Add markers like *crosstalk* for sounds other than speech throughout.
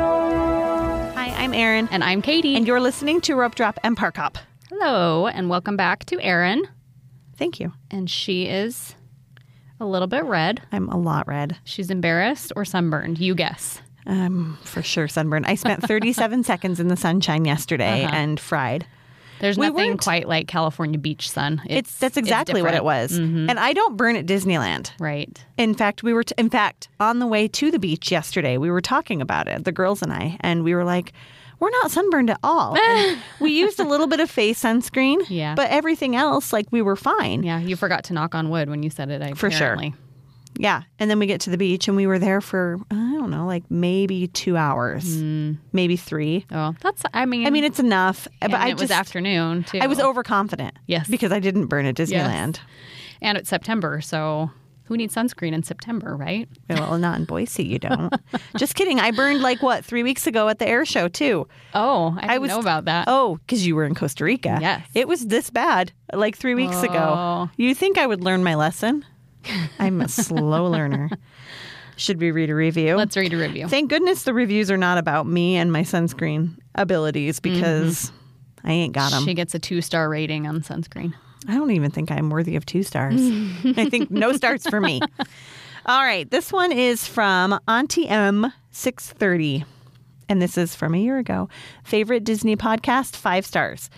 Hi, I'm Erin. And I'm Katie. And you're listening to Rope Drop and Park Hop. Hello, and welcome back to Erin. Thank you. And she is a little bit red. I'm a lot red. She's embarrassed or sunburned. You guess. Um, for sure, sunburn. I spent 37 seconds in the sunshine yesterday and fried. There's We nothing weren't. quite like California beach sun. It's, that's exactly what it different. was. And I don't burn at Disneyland. Right. In fact, we were t- in fact on the way to the beach yesterday. We were talking about it, the girls and I, and we were like, "We're not sunburned at all." And we used a little bit of face sunscreen, Yeah. but everything else, like we were fine. Yeah, you forgot to knock on wood when you said it. I For sure. apparently. Yeah. And then we get to the beach, and we were there for I don't know, like maybe two hours, Mm. maybe three. Oh, that's. I mean, I mean, it's enough. and but I it was just- afternoon too. I was overconfident. Yes. Because I didn't burn at *laughs* Disneyland. and it's September, so who needs sunscreen in September, right? Well, not in Boise, you *laughs* don't. Just kidding. I burned like what, three weeks ago at the air show, too. Oh, I didn't was- know about that. Oh, because you were in Costa Rica. Yes. It was this bad like three weeks ago. Oh. You think I would learn my lesson? I'm a slow *laughs* learner. Should we read a review? Let's read a review. Thank goodness the reviews are not about me and my sunscreen abilities because I ain't got them. She gets a two star rating on sunscreen. I don't even think I'm worthy of two stars. I think no stars for me. All right, this one is from Auntie M630. And this is from a year ago. Favorite Disney podcast, five stars.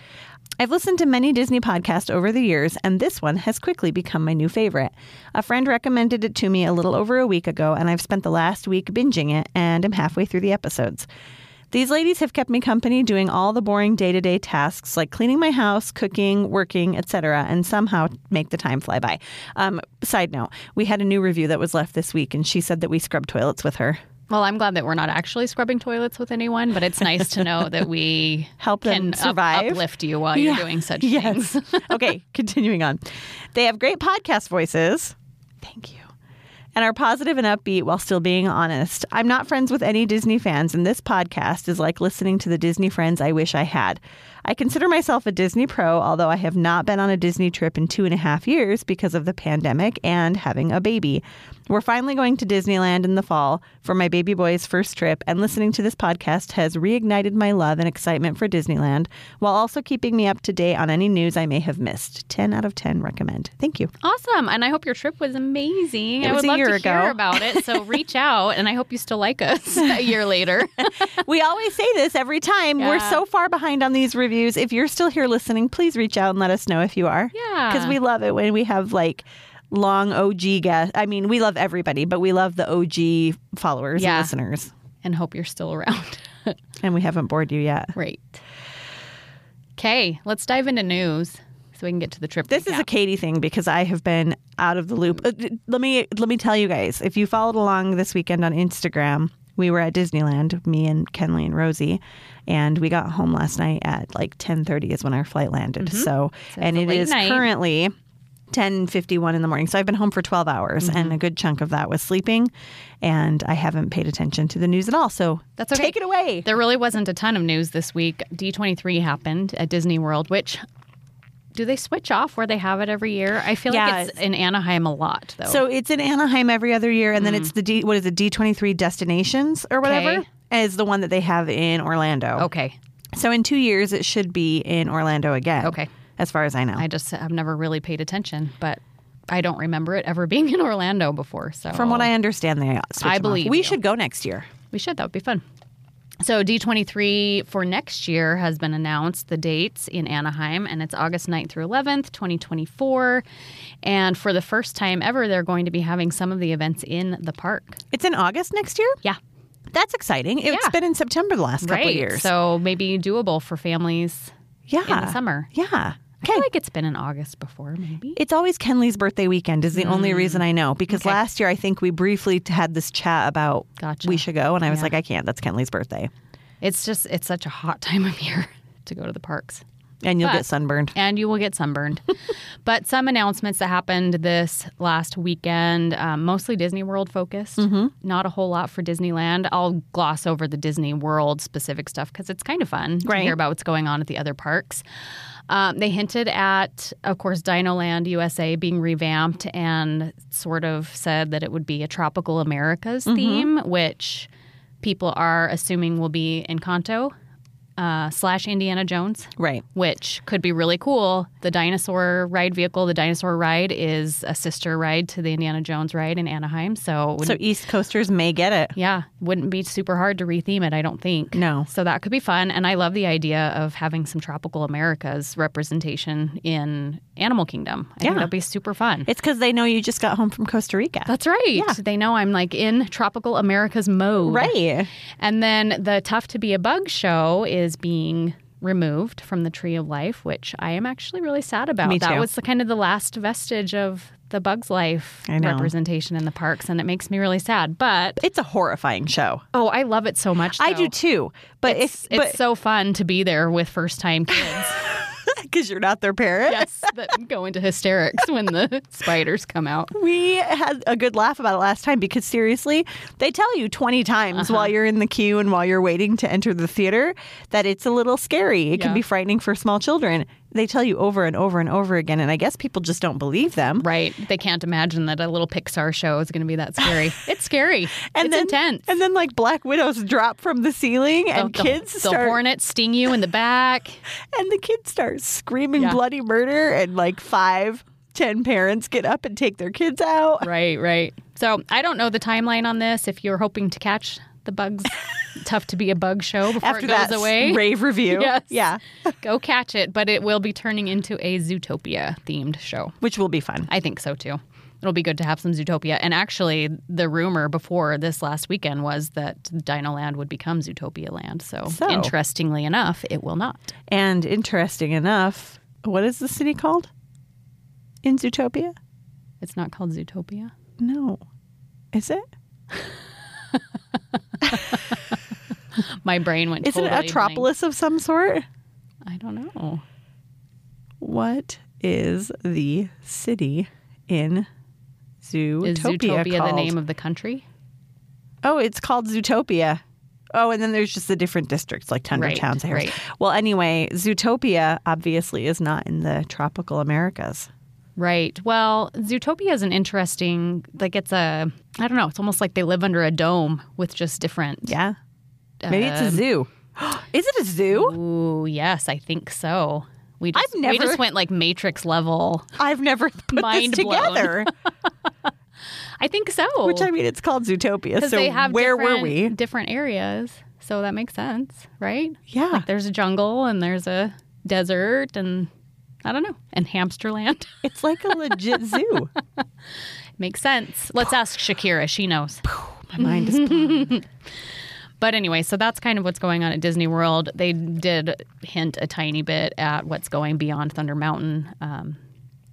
I've listened to many Disney podcasts over the years, and this one has quickly become my new favorite. A friend recommended it to me a little over a week ago, and I've spent the last week binging it, and I'm halfway through the episodes. These ladies have kept me company doing all the boring day-to-day tasks like cleaning my house, cooking, working, etc., and somehow make the time fly by. Um, side note: We had a new review that was left this week, and she said that we scrubbed toilets with her. Well, I'm glad that we're not actually scrubbing toilets with anyone, but it's nice to know that we *laughs* Help them can up- survive. uplift you while Yeah. you're doing *laughs* such Yes. things. okay, continuing on. They have great podcast voices. Thank you. And are positive and upbeat while still being honest. I'm not friends with any Disney fans, and this podcast is like listening to the Disney friends I wish I had. I consider myself a Disney pro, although I have not been on a Disney trip in two and a half years because of the pandemic and having a baby. We're finally going to Disneyland in the fall for my baby boy's first trip, and listening to this podcast has reignited my love and excitement for Disneyland while also keeping me up to date on any news I may have missed. 10 out of 10 recommend. Thank you. Awesome. And I hope your trip was amazing. It I was would a love year to ago. hear about *laughs* it. So reach out and I hope you still like us *laughs* a year later. we always say this every time. We're Yeah. so far behind on these reviews. If you're still here listening, please reach out and let us know if you are. Yeah. Because we love it when we have like long OG guests. I mean, we love everybody, but we love the OG followers Yeah. and listeners. and hope you're still around. And we haven't bored you yet. right. Okay, let's dive into news so we can get to the trip. This is a Katie thing because I have been out of the loop. Uh, d- Let me let me tell you guys. If you followed along this weekend on Instagram, we were at Disneyland, me and Kenley and Rosie, and we got home last night at like 10:30 is when our flight landed. So, and Mm-hmm. a it late is night. currently 10:51 in the morning. So I've been home for 12 hours Mm-hmm. and a good chunk of that was sleeping and I haven't paid attention to the news at all. So, That's okay. take it away. There really wasn't a ton of news this week. D23 happened at Disney World, which do they switch off where they have it every year? I feel Yeah, like it's in Anaheim a lot, though. So it's in Anaheim every other year, and then it's the D, what is it, D twenty three destinations or whatever Mm-hmm. Okay. is the one that they have in Orlando. okay. So in two years, it should be in Orlando again. Okay. as far as I know. I just have never really paid attention, but I don't remember it ever *laughs* being in Orlando before. So From what I understand, they switch them I off. believe we you. should go next year. we should that would be fun. So D23 for next year has been announced the dates in Anaheim and it's August 9th through 11th, 2024. And for the first time ever they're going to be having some of the events in the park. It's in August next year. Yeah. That's exciting. It's Yeah. been in September the last couple right. years. So maybe doable for families yeah, in the summer. Yeah, I feel like it's been in August before, maybe. It's always Kenley's birthday weekend is the only reason I know because Mm. Okay. last year I think we briefly t- had this chat about Gotcha. we should go and I was Yeah. like I can't that's Kenley's birthday It's just it's such a hot *laughs* time of year to go to the parks. and you'll get But- sunburned. and you will *laughs* get sunburned. but some announcements that happened this last weekend, um, mostly Disney World focused, Mm-hmm. not a whole lot for Disneyland. I'll gloss over the Disney World specific stuff because it's kind of fun to Right. hear about what's going on at the other parks. Um, they hinted at, of course, Dinoland USA being revamped and sort of said that it would be a tropical Americas Mm-hmm. theme, which people are assuming will be in Encanto uh, slash Indiana Jones Right. which could be really cool. The dinosaur ride vehicle, the dinosaur ride, is a sister ride to the Indiana Jones ride in Anaheim. So, it So wouldn't, East Coasters may get it. yeah, wouldn't be super hard to retheme it, I don't think. No. So that could be fun. And I love the idea of having some tropical Americas representation in Animal Kingdom. I Yeah. think that'd be super fun. It's because they know you just got home from Costa Rica. That's right. They know I'm like in tropical America's mode. right. And then the Tough to Be a Bug show is being removed from the Tree of Life, which I am actually really sad about. Me That too. was the kind of the last vestige of the Bug's Life I know. representation in the parks, and it makes me really sad. But It's a horrifying show. oh, I love it so much. I though. do too, but It's, if but *laughs* it's so fun to be there with first time kids. because you're not their parent. yes, that go into hysterics when the spiders come out. We had a good laugh about it last time because seriously, they tell you 20 times Uh-huh. while you're in the queue and while you're waiting to enter the theater that it's a little scary. It can Yeah. be frightening for small children. They tell you over and over and over again, and I guess people just don't believe them. Right. They can't imagine that a little Pixar show is going to be that scary. It's scary. *laughs* And it's then, intense. And then, like, black widows drop from the ceiling, and the, kids the start hornets sting you in the back. and the kids start screaming Yeah. bloody murder, and like five, ten parents get up and take their kids out. right, right. So I don't know the timeline on this. If you're hoping to catch *laughs* the bugs, tough to be a bug show before After it goes that away. rave review, *laughs* Yes. yeah, *laughs* Go catch it, but it will be turning into a Zootopia themed show. which will be fun. I think so too. It'll be good to have some Zootopia. And actually, the rumor before this last weekend was that Dinoland would become Zootopia Land. So. so interestingly enough, it will not. And interesting enough, what is the city called? In Zootopia? It's not called Zootopia. No. Is it? My brain went. Is it totally an blank. Atropolis of some sort? I don't know. What is the city in Zootopia? Is Zootopia called? the name of the country? Oh, it's called Zootopia. Oh, and then there's just the different districts like Tundra Right, Towns. Harris. right. Well, anyway, Zootopia obviously is not in the tropical Americas. Right. Well, Zootopia is an interesting, like it's a, I don't know, it's almost like they live under a dome with just different. Yeah. Maybe Um, it's a zoo. *gasps* is it a zoo? Ooh, yes, I think so. We just, I've never- we just went like Matrix level. I've never *laughs* put Mind this blown. together. I think so. Which I mean, it's called Zootopia. Because So they have where were different, we? Different areas. So that makes sense, right? Yeah. Like there's a jungle and there's a desert and I don't know, and hamster land. *laughs* It's like a legit zoo. makes sense. Let's ask Shakira. She knows. My mind is blown. But anyway, so that's kind of what's going on at Disney World. They did hint a tiny bit at what's going beyond Thunder Mountain. Um,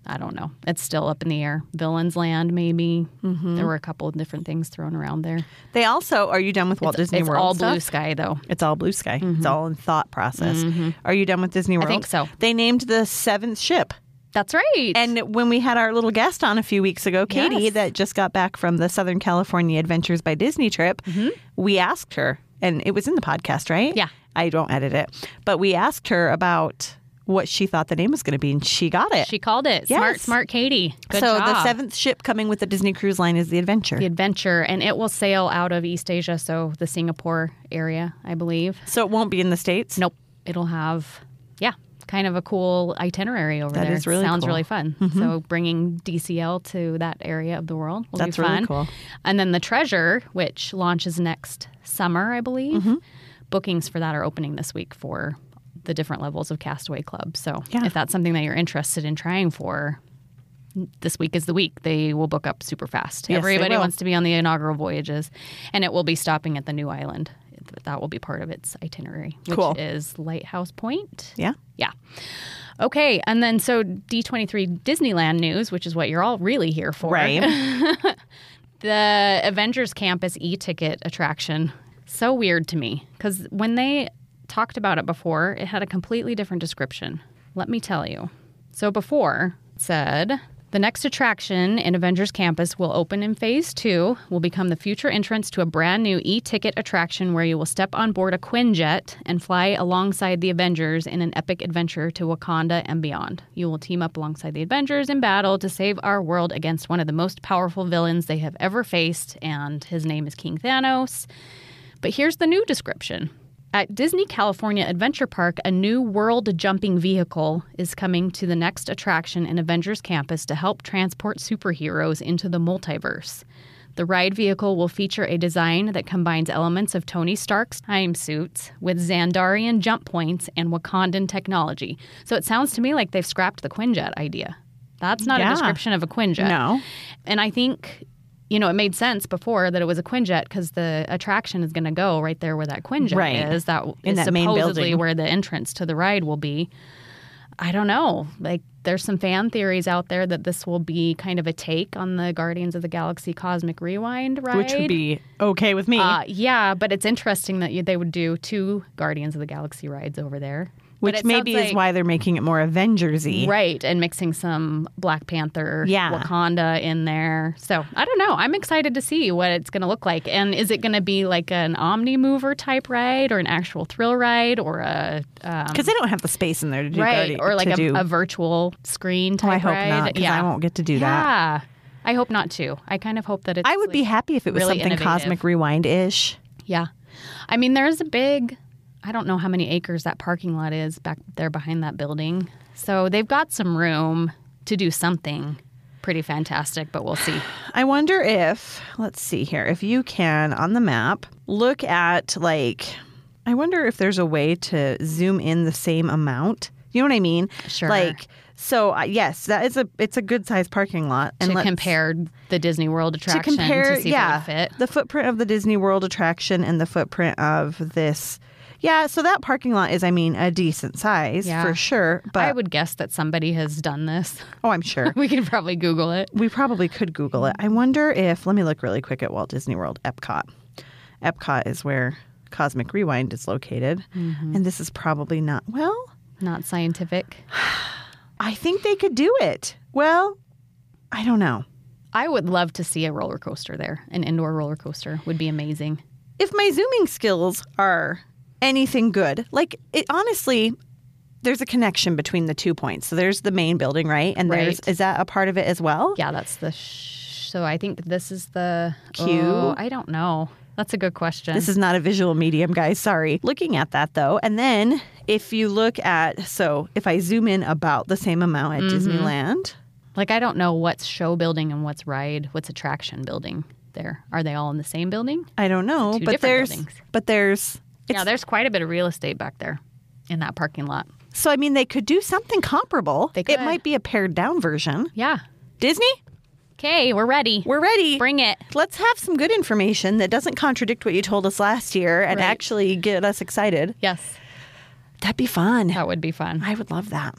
I don't know. It's still up in the air. Villains Land, maybe. Mm-hmm. There were a couple of different things thrown around there. They also are you done with Walt Disney it's World? all stuff? blue sky, though. It's all blue sky. It's all in thought process. Are you done with Disney World? Mm-hmm. think so. They named the seventh ship. That's right. And when we had our little guest on a few weeks ago, Katie, Yes. that just got back from the Southern California Adventures by Disney trip, we asked her, and it was in the podcast, right? Mm-hmm. Yeah. I don't edit it, but we asked her about what she thought the name was going to be, and she got it. she called it smart, Yes. smart Katie. Good so the job. seventh ship coming with the Disney Cruise Line is the Adventure. the adventure, and it will sail out of East Asia, so the Singapore area, I believe. So it won't be in the states. Nope. It'll have, yeah, kind of a cool itinerary over That there. is really Sounds cool. Mm-hmm. really fun. So bringing DCL to that area of the world will That's be really fun. cool. And then the Treasure, which launches next summer, I believe. Mm-hmm. Bookings for that are opening this week for the different levels of Castaway Club. So Yeah. if that's something that you're interested in trying for, this week is the week they will book up super fast. Yes, they Everybody will. wants to be on the inaugural voyages, and it will be stopping at the new island that will be part of its itinerary, which Cool. is Lighthouse Point. Yeah. Yeah. Okay. And then so D23 Disneyland news, which is what you're all really here for. *laughs* Right. The Avengers Campus e ticket attraction. So weird to me because when they talked about it before, it had a completely different description. Let me tell you. So before it said, the next attraction in Avengers Campus will open in phase two, will become the future entrance to a brand new e ticket attraction where you will step on board a Quinjet and fly alongside the Avengers in an epic adventure to Wakanda and beyond. You will team up alongside the Avengers in battle to save our world against one of the most powerful villains they have ever faced, and his name is King Thanos. But here's the new description. At Disney California Adventure Park, a new world jumping vehicle is coming to the next attraction in Avengers Campus to help transport superheroes into the multiverse. The ride vehicle will feature a design that combines elements of Tony Stark's time suits with Xandarian jump points and Wakandan technology. So it sounds to me like they've scrapped the Quinjet idea. That's not Yeah. a description of a Quinjet. No. And I think, you know, it made sense before that it was a Quinjet because the attraction is going to go right there where that Quinjet Right. is. That In is that main supposedly building. where the entrance to the ride will be. I don't know. Like, there's some fan theories out there that this will be kind of a take on the Guardians of the Galaxy Cosmic Rewind ride. Which would be okay with me. Uh, yeah, but it's interesting that you, they would do two Guardians of the Galaxy rides over there. But which it sounds maybe is like- why they're making it more Avengersy. Right, and mixing some Black Panther, Yeah. Wakanda in there. So I don't know. I'm excited to see what it's going to look like, and is it going to be like an Omni Mover type ride, or an actual thrill ride, or a um, Because they don't have the space in there to do right, Guardi- or like to a, do. Oh, a virtual screen type I hope ride? not. Because I won't get to do that. Yeah, I hope not too. I kind of hope that it's. I would be like- happy if it was really something innovative. Cosmic Rewind ish. Yeah, I mean there is a big. I don't know how many acres that parking lot is back there behind that building. So they've got some room to do something pretty fantastic, but *sighs* we'll see. I wonder if, let's see here, if you can on the map look at like, I wonder if there's a way to zoom in the same amount. You know what I mean? Sure. Like, so uh, yes, that is a it's a good sized parking lot. And to let's- compare the Disney World to attraction to, compare, see yeah, if it would fit. the footprint of the Disney World attraction and the footprint of this. Yeah, so that parking lot is, I mean, a decent size Yeah. for sure. But I would guess that somebody has done this. *laughs* oh, I'm sure. We can probably Google it. We probably could Google it. I wonder if, let me look really quick at Walt Disney World, Epcot. Epcot is where Cosmic Rewind is located. And this is probably not, well, Not scientific. I think they could do it. Well, I don't know. I would love to see a roller coaster there. An indoor roller coaster would be amazing. If my zooming skills are anything good, like it honestly, there's a connection between the two points. So there's the main building, right? And there's Right. is that a part of it as well? Yeah, that's the. Sh- so I think this is the Cue. Oh, I don't know. That's a good question. This is not a visual medium, guys. Sorry. Looking at that though, and then if you look at, so if I zoom in about the same amount at Mm-hmm. Disneyland, like I don't know what's show building and what's ride, what's attraction building. There are they all in the same building? I don't know, two but different there's, buildings. but there's, yeah, there's quite a bit of real estate back there in that parking lot. so I mean, they could do something comparable. They It could. might be a pared down version. Yeah. Disney, Okay, we're ready. we're ready. Bring it. Let's have some good information that doesn't contradict what you told us last year and Right. actually get us excited. Yes, That'd be fun. that would be fun. I would love that.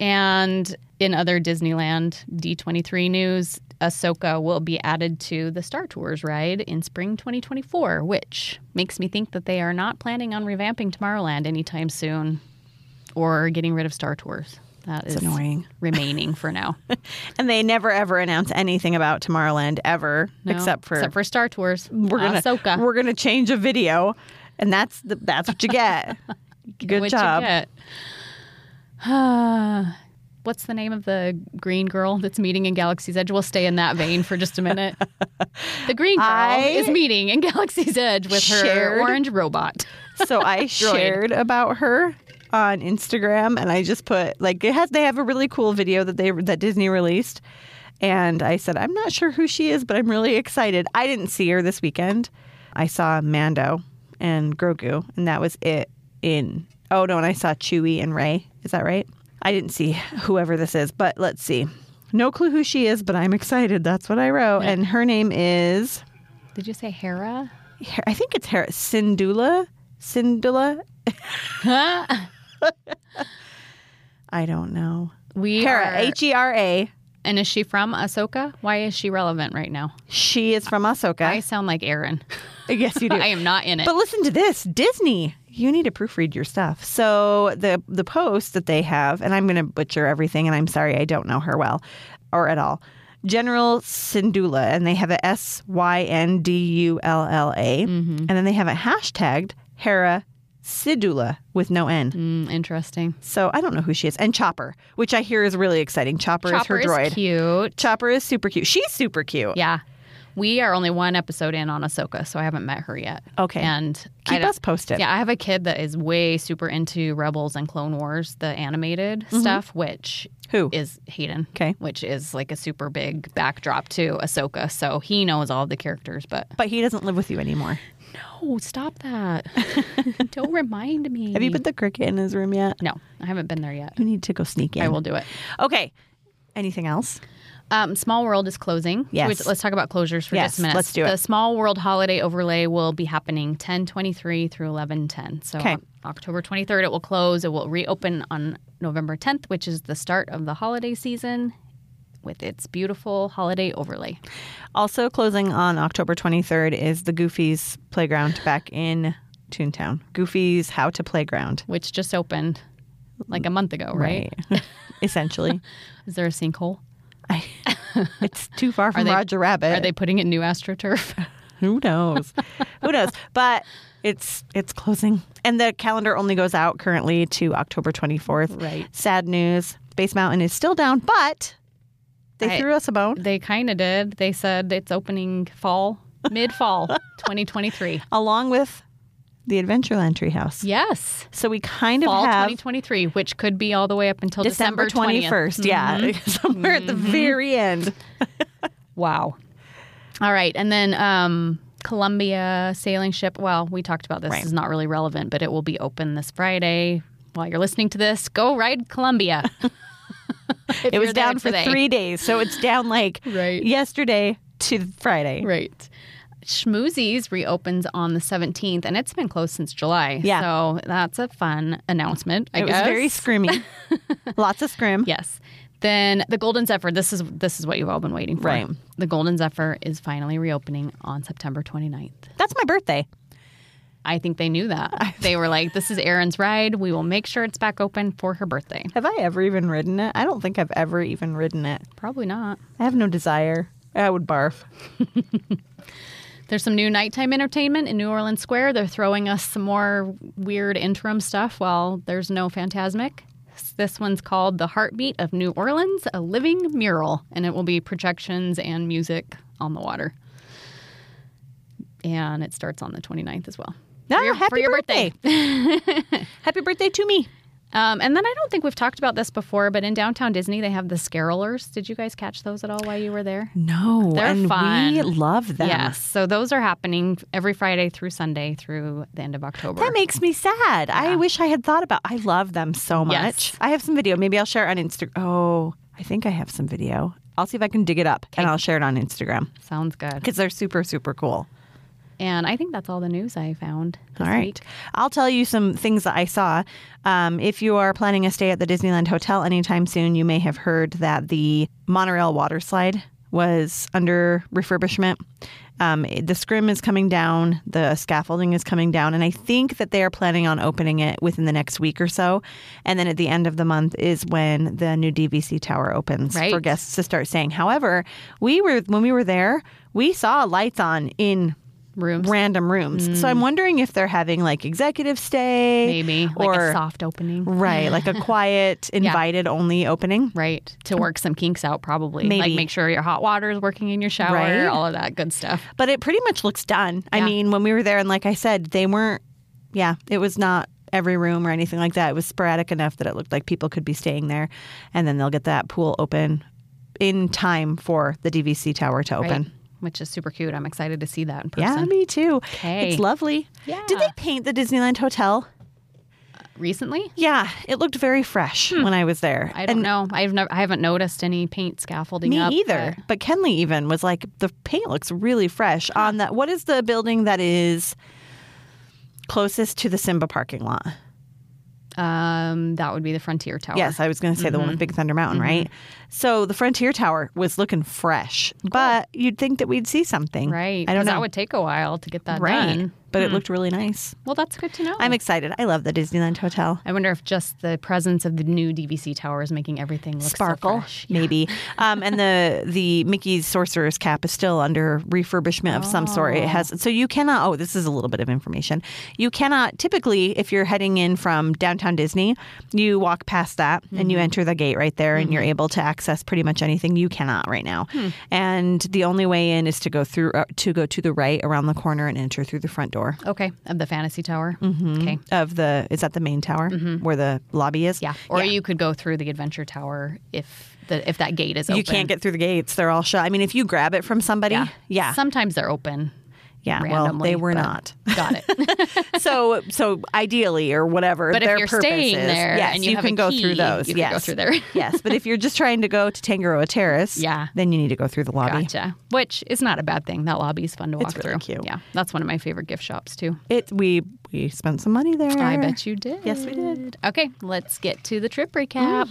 And in other Disneyland D23 news, Ahsoka will be added to the Star Tours ride in spring 2024, which makes me think that they are not planning on revamping Tomorrowland anytime soon or getting rid of Star Tours. That is annoying. remaining for *laughs* now. And they never ever announce anything about Tomorrowland ever, No, except for except for Star Tours. we're gonna Ahsoka. we're gonna change a video, and that's the, that's what you get. Good What'd you job. get? *sighs* What's the name of the green girl that's meeting in Galaxy's Edge? We'll stay in that vein for just *laughs* a minute. the green girl I is meeting in Galaxy's Edge with her shared- orange robot. So I shared about her on Instagram, and I just put like it has. They have a really cool video that they that Disney released, and I said I'm not sure who she is, but I'm really excited. I didn't see her this weekend. I saw Mando and Grogu, and that was it. In oh no, and I saw Chewie and Ray. Is that right? I didn't see *laughs* whoever this is, but let's see. No clue who she is, but I'm excited. That's what I wrote. And her name is Did you say Hera? Her- I think it's Her- Sindula. *laughs* Sindula. I don't know. We Hera, are- H E R A. and is she from Ahsoka? Why is she relevant right now? She is from I Ahsoka. sound like Aaron. *laughs* yes, you do. *laughs* I am not in it. But listen to this, Disney. You need to proofread your stuff. So the the post that they have, and I'm going to butcher everything, and I'm sorry, I don't know her well, or at all. General Sindula, and they have a S Y N D U L L A, Mm-hmm. and then they have it hashtagged Hera Sidula with no N. Mm, interesting. So I don't know who she is, and Chopper, which I hear is really exciting. Chopper, Chopper is her droid. is cute. Chopper is super cute. She's super cute. Yeah. We are only one episode in on Ahsoka, so I haven't met her yet. Okay. And I Keep don't- us posted. Yeah, I have a kid that is way super into Rebels and Clone Wars, the animated stuff, which Mm-hmm. Who? is Hayden. Okay. Which is like a super big backdrop to Ahsoka. So he knows all the characters, but But he doesn't live with you anymore. Oh, stop *laughs* that. Don't remind me. Have you put the cricket in his room yet? No, I haven't been *laughs* there yet. You need to go sneak in. I will do it. Okay. Anything else? Um, Small World is closing. Yes. Which- let's talk about closures for Yes, just a minute. let's do it. The Small World holiday overlay will be happening 1023 through 1110. So Okay. on October 23rd, it will close. It will reopen on November 10th, which is the start of the holiday season with its beautiful holiday overlay. Also, closing on October 23rd is the Goofy's Playground back in Toontown. Goofy's How to Playground. Which just opened like a month ago, right? *laughs* *laughs* Essentially. Is there a sinkhole? I, it's too far from they- Roger Rabbit. Are they putting in new astroturf? *laughs* Who knows? Who knows? But it's it's closing. And the calendar only goes out currently to October 24th. Right. Sad news. Base Mountain is still down, but they I- threw us a bone. They kind of did. They said it's opening fall, mid fall *laughs* 2023. along with the Adventureland Treehouse. Yes. So we kind of Fall have 2023, which could be all the way up until December December, Mm-hmm. 21st. 20th. Yeah, *laughs* somewhere at the very end. Wow. All right. And then um, Columbia sailing ship. Well, we talked about this. This is not really relevant, but it will be open this Friday. While you're listening to this, go *laughs* ride Columbia. If It was you're there down for today. three days. So it's down like Right. yesterday to Friday. Right. Schmoozies reopens on the 17th, and it's been closed since July. Yeah. So that's a fun announcement, I It was guess. very *laughs* scrimmy. Lots of scrim. Yes. Then the Golden Zephyr. This is this is what you've all been waiting for. Right. The Golden Zephyr is finally reopening on September 29th. That's my birthday. I think they knew that. They were like, "This is Erin's ride. We will make sure it's back open for her birthday." Have I ever even ridden it? I don't think I've ever even ridden it. Probably not. I have no desire. I would barf. There's some new nighttime entertainment in New Orleans Square. They're throwing us some more weird interim stuff while there's no Fantasmic. This one's called The Heartbeat of New Orleans, a living mural, and it will be projections and music on the water. And it starts on the 29th as well. No, your- happy for your birthday. birthday. *laughs* happy birthday to me. Um, and then I don't think we've talked about this before, but in downtown Disney, they have the Scarolers. Did you guys catch those at all while you were there? No, They're and fun. we love them. Yes. So those are happening every Friday through Sunday through the end of October. That makes me sad. I wish I had thought about. I love them so much. Yes. I have some video. Maybe I'll share it on Instagram. Oh, I think I have some video. I'll see if I can dig it up and I'll share it on Instagram Sounds good. because they're super super cool. And I think that's all the news I found. this All right, week. I'll tell you some things that I saw. Um, if you are planning a stay at the Disneyland Hotel anytime soon, you may have heard that the monorail water slide was under refurbishment. Um, the scrim is coming down, the scaffolding is coming down, and I think that they are planning on opening it within the next week or so. And then at the end of the month is when the new DVC tower opens for Right. guests to start staying. However, we were when we were there, we saw lights on in Rooms. random rooms. So I'm wondering if they're having like executive stay, Mm. Maybe or like a soft opening. right, like *laughs* a quiet, invited only opening. Right. To work some kinks out, probably. Maybe. Like make sure your hot water is working in your shower, Right. all of that good stuff. But it pretty much looks done. I Yeah. mean, when we were there, and like I said, they weren't. Yeah, it was not every room or anything like that. It was sporadic enough that it looked like people could be staying there, and then they'll get that pool open in time for the DVC tower to Right. open. Which is super cute. I'm excited to see that in person. Yeah, me too. Okay. It's lovely. Yeah. Did they paint the Disneyland Hotel? recently. Yeah, it looked very fresh when I was there. Hmm. I don't know. I've never, I haven't noticed any paint scaffolding Me up. either. But Kenley even was like, the paint looks really fresh on that. What is the building that is closest to the Simba parking lot? Oh. but, um, that would be the Frontier Tower. Yes, I was going to say the Mm-hmm. one with Big Thunder Mountain, right? So the Frontier Tower was looking fresh, but you'd think that we'd see something. Right. I don't 'cause know. That would take a while to get that right. done. Hmm. But it looked really nice. Well, that's good to know. I'm excited. I love the Disneyland Hotel. I wonder if just the presence of the new DVC tower is making everything look so Sparkle, fresh. maybe, um, and the the Mickey's Sorcerer's Cap is still under refurbishment of some sort. It has so you cannot. Oh, this is a little bit of information. You cannot typically, if you're heading in from downtown Disney, you walk past that and Mm-hmm. you enter the gate right there, and you're able to access pretty much anything. You cannot right now, Hmm. and the only way in is to go through uh, to go to the right around the corner and enter through the front door Okay, of the Fantasy Tower. Mm-hmm. Okay. of the. Is that the main tower where the lobby is? Mm-hmm. Yeah. Or you could go through the Adventure Tower if the if that gate is open. You can't get through the gates. They're all shut. I mean, if you grab it from somebody, Yeah. yeah. Sometimes they're open. Yeah, well, randomly, they were but- *laughs* not. Got *laughs* it. so, so ideally or whatever. But if their you're purpose staying is- there yes, and you have can a go key, through those. you can go yes, through there. *laughs* yes, but if you're just trying to go to Tangaroa Terrace, Yeah. then you need to go through the lobby. Gotcha. Which is not a bad thing. That lobby is fun to walk It's really through. cute. Yeah. That's one of my favorite gift shops too. It we we spent some money there. I bet you did. Yes, we did. Mm-hmm. Okay, let's get to the trip recap.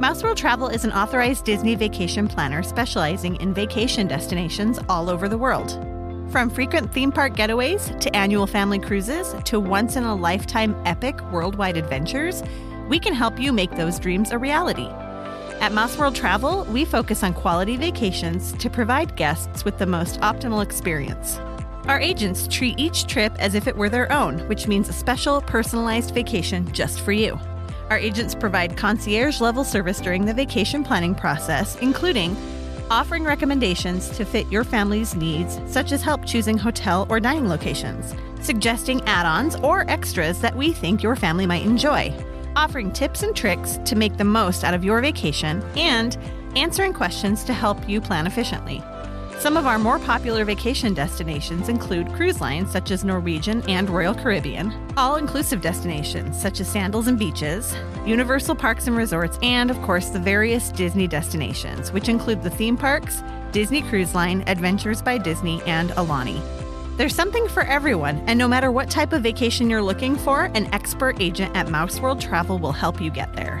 Mouse World Travel is an authorized Disney vacation planner specializing in vacation destinations all over the world. From frequent theme park getaways to annual family cruises to once in a lifetime epic worldwide adventures, we can help you make those dreams a reality. At Mouse World Travel, we focus on quality vacations to provide guests with the most optimal experience. Our agents treat each trip as if it were their own, which means a special, personalized vacation just for you. Our agents provide concierge level service during the vacation planning process, including offering recommendations to fit your family's needs, such as help choosing hotel or dining locations, suggesting add ons or extras that we think your family might enjoy, offering tips and tricks to make the most out of your vacation, and answering questions to help you plan efficiently. Some of our more popular vacation destinations include cruise lines such as Norwegian and Royal Caribbean, all inclusive destinations such as Sandals and Beaches, Universal Parks and Resorts, and of course the various Disney destinations, which include the theme parks, Disney Cruise Line, Adventures by Disney, and Alani. There's something for everyone, and no matter what type of vacation you're looking for, an expert agent at Mouse World Travel will help you get there.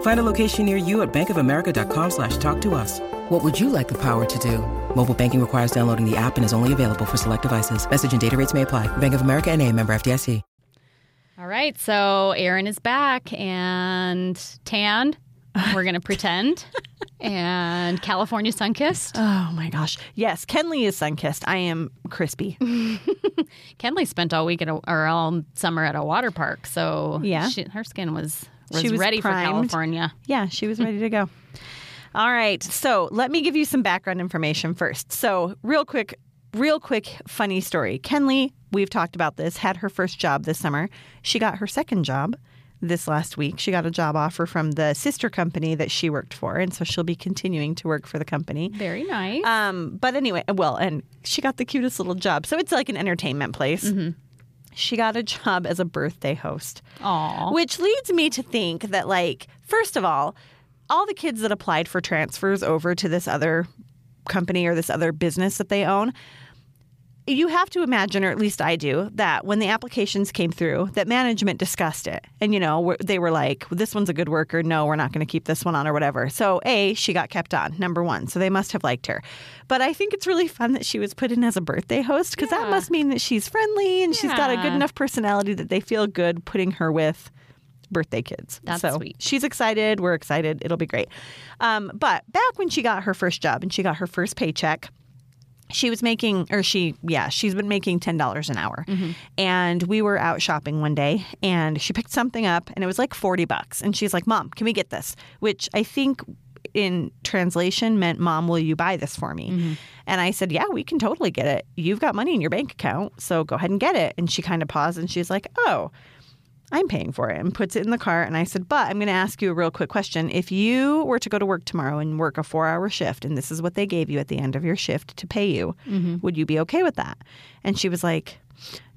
Find a location near you at bankofamerica.com slash talk to us. What would you like the power to do? Mobile banking requires downloading the app and is only available for select devices. Message and data rates may apply. Bank of America and a member FDIC. All right, so Aaron is back and tanned. We're *laughs* gonna pretend. And California Sunkissed. Oh my gosh. Yes, Kenley is sunkissed. I am crispy. Kenley spent all week at a, or all summer at a water park, so Yeah. she, her skin was was, She was ready primed. for California. Yeah, she was ready to go. All right. So let me give you some background information first. So, real quick, real quick, funny story. Kenley, we've talked about this, had her first job this summer. She got her second job this last week. She got a job offer from the sister company that she worked for. And so she'll be continuing to work for the company. Very nice. Um, but anyway, well, and she got the cutest little job. So it's like an entertainment place. She got a job as a birthday host. Aw. Which leads me to think that, like, first of all, all the kids that applied for transfers over to this other company or this other business that they own, you have to imagine, or at least I do, that when the applications came through, that management discussed it, and you know were- they were like, "This one's a good worker. No, we're not going to keep this one on, or whatever." So, a she got kept on, number one. So they must have liked her. But I think it's really fun that she was put in as a birthday host because that must mean that she's friendly and she's got a good Yeah. enough personality that they feel good putting her with birthday kids. That's so sweet. she's excited. We're excited. It'll be great. Um, but back when she got her first job and she got her first paycheck, she was making, or she, yeah, she's been making $10 an hour. And we were out shopping one day and she picked something up and it was like 40 bucks. And she's like, Mom, can we get this? Which I think in translation meant, Mom, will you buy this for me? And I said, Yeah, we can totally get it. You've got money in your bank account, so go ahead and get it. And she kind of paused and she's like, Oh, I'm paying for it and puts it in the car. And I said, But I'm going to ask you a real quick question. If you were to go to work tomorrow and work a four hour shift, and this is what they gave you at the end of your shift to pay you, would you be okay with that? And she was like,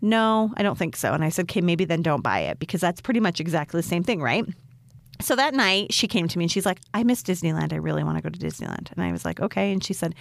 No, I don't think so. And I said, Okay, maybe then don't buy it because that's pretty much exactly the same thing, right? So that night, she came to me and she's like, I miss Disneyland. I really want to go to Disneyland. And I was like, okay. And she said,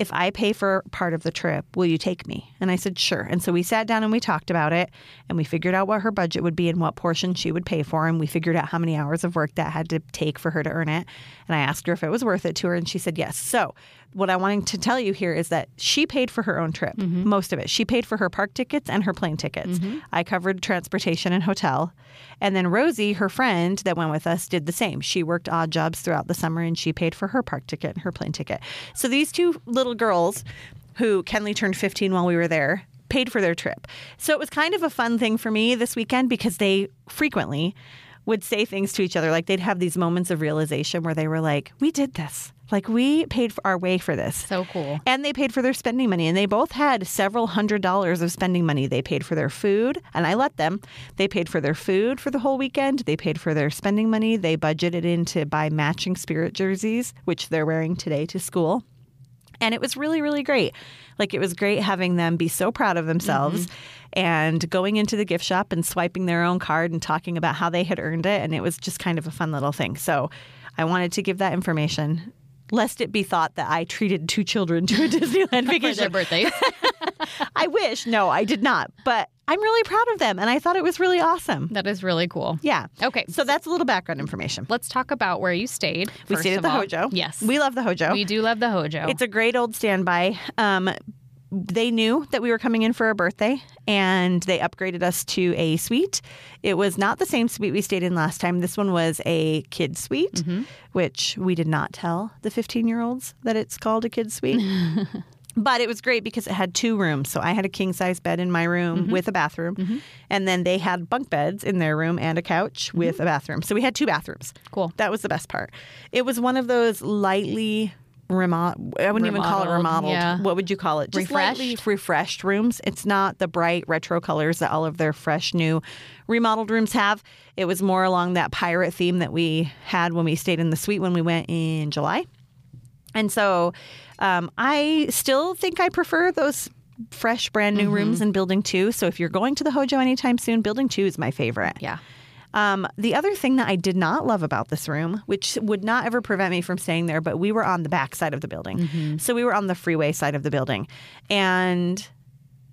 if I pay for part of the trip, will you take me? And I said, sure. And so we sat down and we talked about it and we figured out what her budget would be and what portion she would pay for. And we figured out how many hours of work that had to take for her to earn it. And I asked her if it was worth it to her. And she said, yes. So what I wanted to tell you here is that she paid for her own trip, most of it. She paid for her park tickets and her plane tickets. I covered transportation and hotel. And then Rosie, her friend that went with us, did the same. She worked odd jobs throughout the summer and she paid for her park ticket and her plane ticket. So these two little girls, who Kenley turned 15 while we were there, paid for their trip. So it was kind of a fun thing for me this weekend because they frequently would say things to each other. Like they'd have these moments of realization where they were like, we did this. Like we paid for our way for this. So *laughs* cool. And they paid for their spending money. And they both had several hundred dollars of spending money. They paid for their food, and I let them. They paid for their food for the whole weekend. They paid for their spending money. They budgeted in to buy matching spirit jerseys, which they're wearing today to school. And it was really, really great. Like, it was great having them be so proud of themselves Mm-hmm. and going into the gift shop and swiping their own card and talking about how they had earned it. And it was just kind of a fun little thing. So, I wanted to give that information, lest it be thought that I treated two children to a *laughs* Disneyland For their vacation. *laughs* birthday. I wish. No, I did not. But I'm really proud of them. And I thought it was really awesome. that is really cool. Yeah. Okay. So, that's a little background information. Let's talk about where you stayed. We first stayed of at the all. Hojo. Yes. We love the Hojo. We do love the Hojo. It's a great old standby. Um, they knew that we were coming in for a birthday and they upgraded us to a suite. It was not the same suite we stayed in last time. This one was a kid suite, which we did not tell the 15 year olds that it's called a kid suite. But it was great because it had two rooms. So I had a king size bed in my room Mm-hmm. with a bathroom. And then they had bunk beds in their room and a couch with a bathroom. So we had two bathrooms. Mm-hmm. Cool. That was the best part. It was one of those lightly remodeled, I wouldn't even call it Remodeled, remodeled. yeah. What would you call it? Just lightly Refreshed? refreshed rooms. It's not the bright retro colors that all of their fresh new remodeled rooms have. It was more along that pirate theme that we had when we stayed in the suite when we went in July. And so um, I still think I prefer those fresh, brand new rooms in Building 2. So if you're going to the Hojo anytime soon, Building 2 is my favorite. yeah. Um, the other thing that I did not love about this room, which would not ever prevent me from staying there, but we were on the back side of the building. So we were on the freeway side of the building. And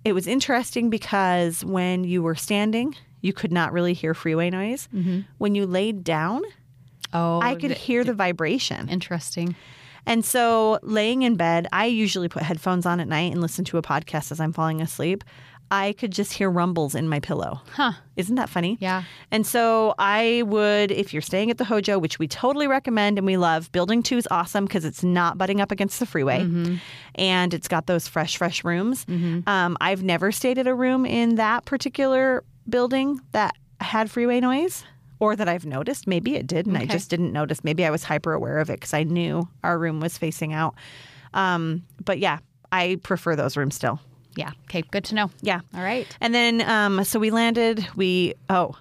it was interesting because when you were standing, you could not really hear freeway noise. When you laid down, Oh, I could th- hear the vibration. Interesting. And so, laying in bed, I usually put headphones on at night and listen to a podcast as I'm falling asleep. I could just hear rumbles in my pillow. Huh. Isn't that funny? Yeah. And so, I would, if you're staying at the Hojo, which we totally recommend and we love, Building 2 is awesome because it's not butting up against the freeway and it's got those fresh, fresh rooms. Um, I've never stayed at a room in that particular building that had freeway noise or that I've noticed. Maybe it did, and I Okay. just didn't notice. Maybe I was hyper aware of it because I knew our room was facing out. Um, but yeah, I prefer those rooms still. Yeah. Okay. Good to know. Yeah. All right. And then, um, so we landed. We, oh,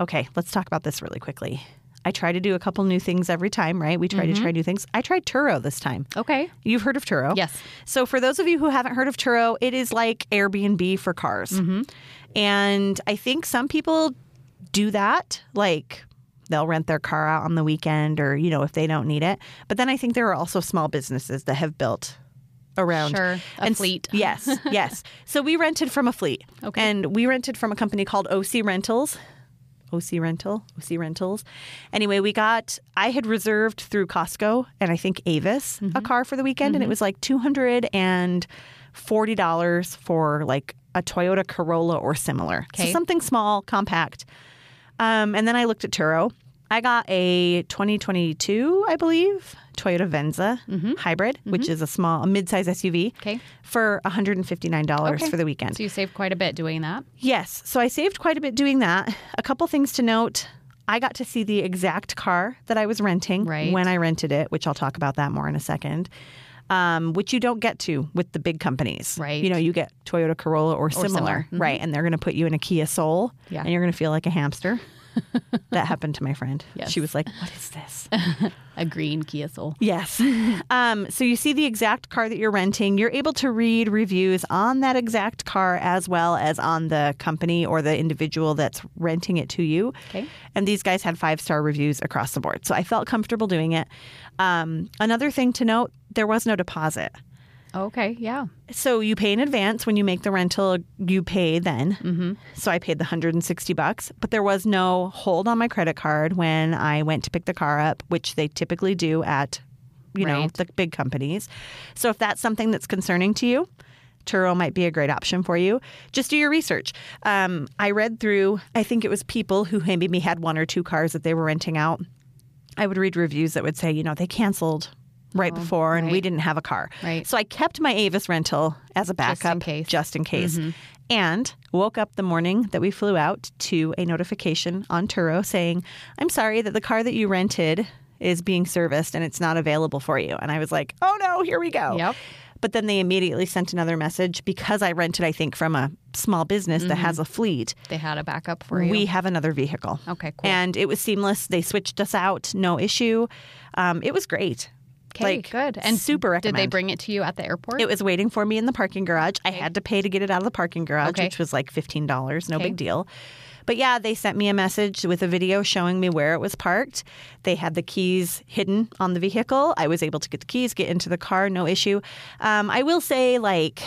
okay, let's talk about this really quickly. I try to do a couple new things every time, right? We try to try new things. I tried Turo this time. Okay. You've heard of Turo? Yes. So, for those of you who haven't heard of Turo, it is like Airbnb for cars. Mm-hmm. And I think some people do that. Like, they'll rent their car out on the weekend or, you know, if they don't need it. But then I think there are also small businesses that have built around. Sure. A and s- fleet. *laughs* yes, yes. So we rented from a fleet. Okay. And we rented from a company called OC Rentals. OC Rental, OC Rentals. Anyway, we got, I had reserved through Costco and I think Avis a Mm-hmm. car for the weekend, and it was like $240 for like a Toyota Corolla or similar. So Okay. something small, compact. Um, and then I looked at Turo. I got a 2022, I believe, Toyota Venza hybrid, which is a small, a midsize SUV. Mm-hmm. Okay. For $159 Okay. for the weekend. So you saved quite a bit doing that. Yes. So I saved quite a bit doing that. A couple things to note. I got to see the exact car that I was renting Right. when I rented it, which I'll talk about that more in a second. Um, which you don't get to with the big companies. Right. You know, you get Toyota Corolla or, similar. similar. Mm-hmm. Right. And they're going to put you in a Kia Soul. Yeah. And you're going to feel like a *laughs* hamster. that happened to my friend. Yes. She was like, What is this? A green Kia Soul. Yes. um, so you see the exact car that you're renting. You're able to read reviews on that exact car as well as on the company or the individual that's renting it to you. Okay. And these guys had five star reviews across the board. So I felt comfortable doing it. Um, another thing to note there was no deposit. Okay. Yeah. So you pay in advance when you make the rental, you pay then. Mm-hmm. So I paid the 160 bucks, but there was no hold on my credit card when I went to pick the car up, which they typically do at you know, Right. the big companies. So if that's something that's concerning to you, Turo might be a great option for you. Just do your research. Um, I read through, I think it was people who had- maybe had one or two cars that they were renting out. I would read reviews that would say, you know, they canceled right before and we Oh, right. didn't have a car. Right. So I kept my Avis rental as a backup in case. Mm-hmm. just in case. And woke up the morning that we flew out to a notification on Turo saying, I'm sorry that the car that you rented is being serviced and it's not available for you. And I was like, oh no, here we go. Yep. But then they immediately sent another message because I rented, I think, from a small business that has Mm-hmm. a fleet. They had a backup for you. We have another vehicle. Okay, cool. And it was seamless. They switched us out, no issue. Um, it was great. okay. like, good. And super Did they recommend. bring it to you at the airport? It was waiting for me in the parking garage. I had to pay to get it out of the parking garage, Okay. which was like fifteen dollars. No Okay. big deal. But yeah, they sent me a message with a video showing me where it was parked. They had the keys hidden on the vehicle. I was able to get the keys, get into the car, no issue. Um, I will say, like,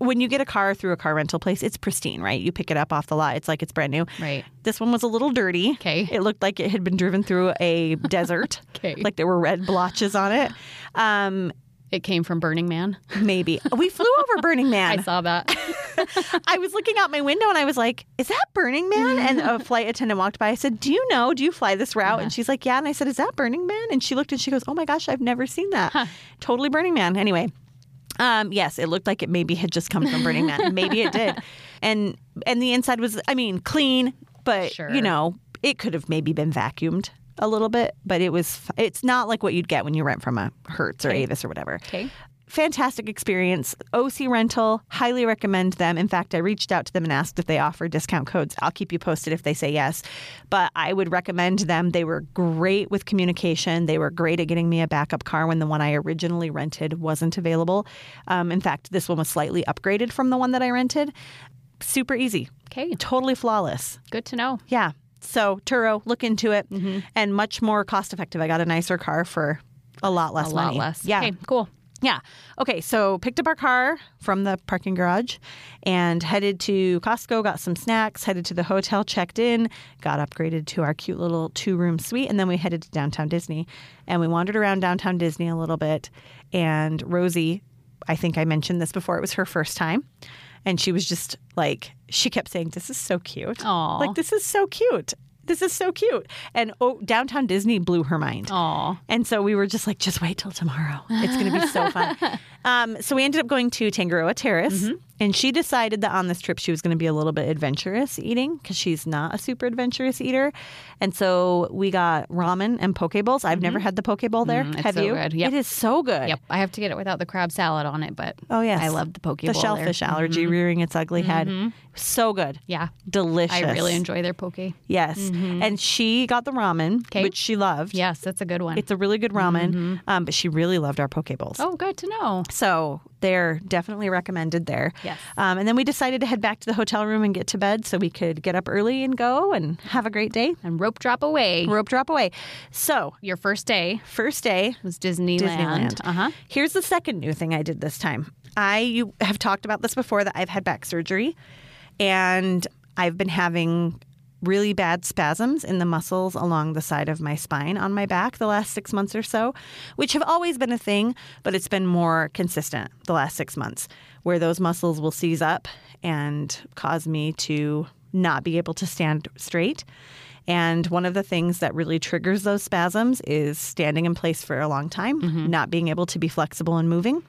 when you get a car through a car rental place, it's pristine, right? You pick it up off the lot, it's like it's brand new. Right. This one was a little dirty. Okay. It looked like it had been driven through *laughs* a desert. Okay. Like there were red blotches on it. Um, It came from Burning Man. Maybe. We flew over Burning Man. *laughs* I *laughs* saw that. I was looking out my window and I was like, Is that Burning Man? And a flight attendant walked by. I said, Do you know? Do you fly this route? And she's like, Yeah. And I said, Is that Burning Man? And she looked and she goes, Oh my gosh, I've never seen that. Totally Burning Man. Anyway. Um, yes, it looked like it maybe had just come from Burning Man. Maybe it did. And and the inside was I mean, clean, but Sure. you know, it could have maybe been vacuumed a little bit, but it was f- it's not like what you'd get when you rent from a Hertz or Avis or whatever Okay. fantastic experience. OC Rental, highly recommend them. In fact, I reached out to them and asked if they offer discount codes. I'll keep you posted if they say yes. But I would recommend them. They were great with communication. They were great at getting me a backup car when the one I originally rented wasn't available. Um, in fact, this one was slightly upgraded from the one that I rented. Super easy, Okay. totally flawless. Good to know. Yeah. So Turo, look into it, Mm-hmm. and much more cost effective. I got a nicer car for a lot less A lot money. less. Yeah. Okay. Cool. Yeah. Okay. So picked up our car from the parking garage and headed to Costco, got some snacks, headed to the hotel, checked in, got upgraded to our cute little two room suite. And then we headed to downtown Disney and we wandered around downtown Disney a little bit. And Rosie, I think I mentioned this before, it was her first time. And she was just like, she kept saying, This is so cute. Aw. Like, this is so cute. This is so cute. And oh, downtown Disney blew her mind. Aw. And so we were just like, just wait till tomorrow. It's going to be *laughs* so fun. um, so we ended up going to Tangaroa Terrace. Mm-hmm. And she decided that on this trip, she was going to be a little bit adventurous eating because she's not a super adventurous eater. And so we got ramen and poke bowls. I've never had the poke bowl there. Mm-hmm. Mm, it's Have so you? good. Yep. It is so good. Yep. I have to get it without the crab salad on it, but Oh, yes. I love the poke The bowl shellfish there. Mm-hmm. allergy rearing its ugly head. So good. Yeah. Delicious. I really enjoy their poke. Yes. And she got the ramen, Okay. Mm-hmm. which she loved. Yes, that's a good one. It's a really good ramen, um, but she really loved our poke bowls. oh, good to know. So there. Definitely recommended there. Yes. Um, and then we decided to head back to the hotel room and get to bed so we could get up early and go and have a great day. And rope drop away. Rope drop away. So, Your first day first day, was Disneyland. Disneyland. Uh huh. Here's the second new thing I did this time. I you have talked about this before that I've had back surgery and I've been having really bad spasms in the muscles along the side of my spine on my back the last 6 months or so, which have always been a thing, but it's been more consistent the last 6 months where those muscles will seize up and cause me to not be able to stand straight. And one of the things that really triggers those spasms is standing in place for a long time, not being able to be flexible and moving.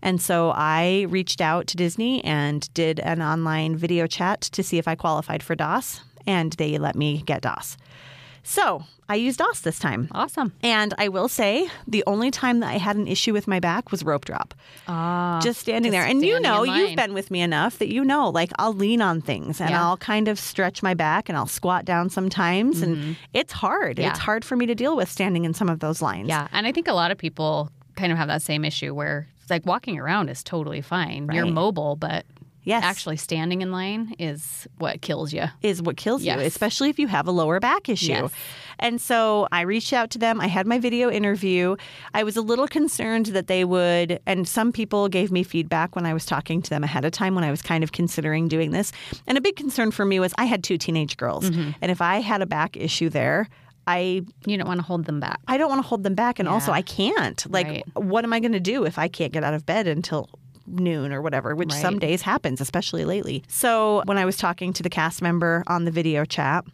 And so I reached out to Disney and did an online video chat to see if I qualified for DOS, and they let me get DOS. So I used DOS this time. Awesome. And I will say, the only time that I had an issue with my back was rope drop. Ah, just standing there. And you standing know, in you've line. been with me enough that you know, like, I'll lean on things and Yeah. I'll kind of stretch my back and I'll squat down sometimes. And it's hard. Mm-hmm. Yeah. It's hard for me to deal with standing in some of those lines. Yeah. And I think a lot of people kind of have that same issue where like walking around is totally fine. You're Right. mobile, but Yes. actually standing in line is what kills you. is what kills you, Yes. especially if you have a lower back issue. Yes. And so I reached out to them. I had my video interview. I was a little concerned that they would, and some people gave me feedback when I was talking to them ahead of time when I was kind of considering doing this. And a big concern for me was I had two teenage girls. Mm-hmm. And if I had a back issue there, I You don't want to hold them back. I don't want to hold them back. And also, I can't. Like, Right. what am I going to do if I can't get out of bed until noon or whatever, which some Right. days happens, especially lately. So, when I was talking to the cast member on the video chat,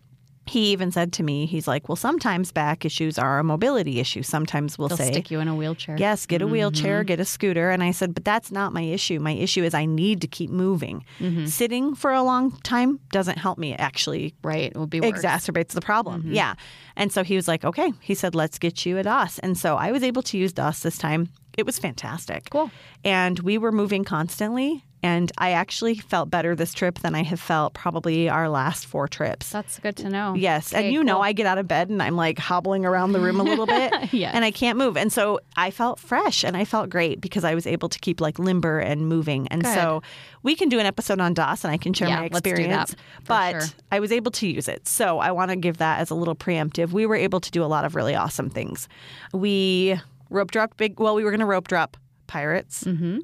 he even said to me, he's like, well, sometimes back issues are a mobility issue. Sometimes we'll They'll say, stick you in Mm-hmm. a wheelchair. Yes, get a wheelchair, get a scooter. And I said, but that's not my issue. My issue is I need to keep moving. Mm-hmm. Sitting for a long time doesn't help me actually Right. It will be worse. exacerbates the problem. Yeah. And so he was like, okay, he said, let's get you a DOS. And so I was able to use DOS this time. It was fantastic. Cool. And we were moving constantly. And I actually felt better this trip than I have felt probably our last four trips. That's good to know. Yes. Oh, Okay, and you know, cool. I get out of bed and I'm like hobbling around the room a little bit *laughs* Yes. and I can't move. And so I felt fresh and I felt great because I was able to keep like limber and moving. And Good. so we can do an episode on DOS and I can share Yeah, my let's do experience. that, for but sure. I was able to use it. So I want to give that as a little preemptive. We were able to do a lot of really awesome things. We rope dropped big, well, we were going to rope drop pirates. Mm-hmm.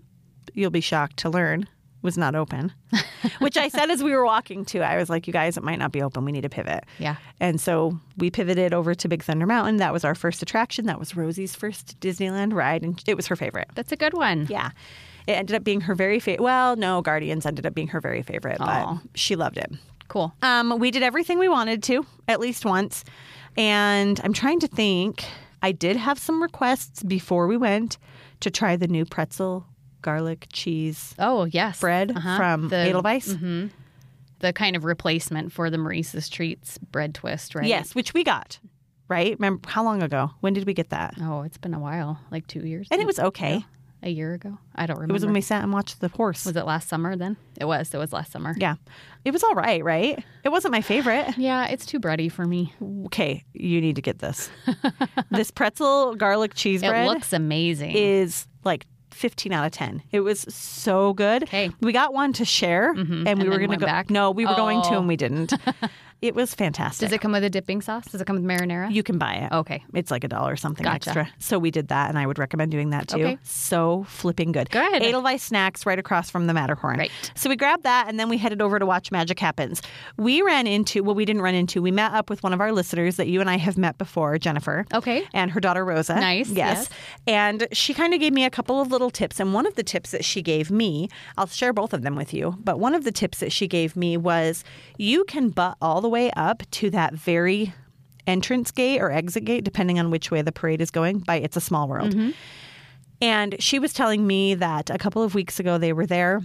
You'll be shocked to learn was not *laughs* open, which I said as we were walking to. I was like, you guys, it might not be open. We need to pivot. Yeah. And so we pivoted over to Big Thunder Mountain. That was our first attraction. That was Rosie's first Disneyland ride, and it was her favorite. That's a good one. Yeah. It ended up being her very favorite. Well, no, Guardians ended up being her very favorite, Aw. but she loved it. Cool. Um, we did everything we wanted to, at least once. And I'm trying to think. I did have some requests before we went to try the new pretzel garlic cheese Oh yes. bread Uh-huh. from the, mm-hmm. Edelweiss. The kind of replacement for the Maurice's Treats bread twist, right? Yes, which we got. Right? Remember how long ago? When did we get that? Oh, it's been a while, like two years. And it was okay. a year ago. I don't remember. It was when we sat and watched the horse. Was it last summer then? It was. It was last summer. yeah. It was all right, right? It wasn't my *laughs* favorite. Yeah, it's too bready for me. Okay, you need to get *laughs* this. this pretzel garlic cheese bread It looks amazing. is like 15 out of 10. It was so good. Okay. Mm-hmm. We got one to share and we And were then going to went go back? No, we were going to Oh. and we *laughs* didn't. it was fantastic. Does it come with a dipping sauce? Does it come with marinara? you can buy it. okay. It's like a dollar or something Gotcha. extra. So we did that, and I would recommend doing that too. Okay. So flipping good. Good. Edelweiss snacks right across from the Matterhorn. Right. So we grabbed that, and then we headed over to watch Magic Happens. We ran into well, we didn't run into. We met up with one of our listeners that you and I have met before, Jennifer. Okay. And her daughter Rosa. Nice, Yes. yes. And she kind of gave me a couple of little tips. And one of the tips that she gave me, I'll share both of them with you, but one of the tips that she gave me was you can butt all the way up to that very entrance gate or exit gate, depending on which way the parade is going, by It's a Small World. Mm-hmm. And she was telling me that a couple of weeks ago they were there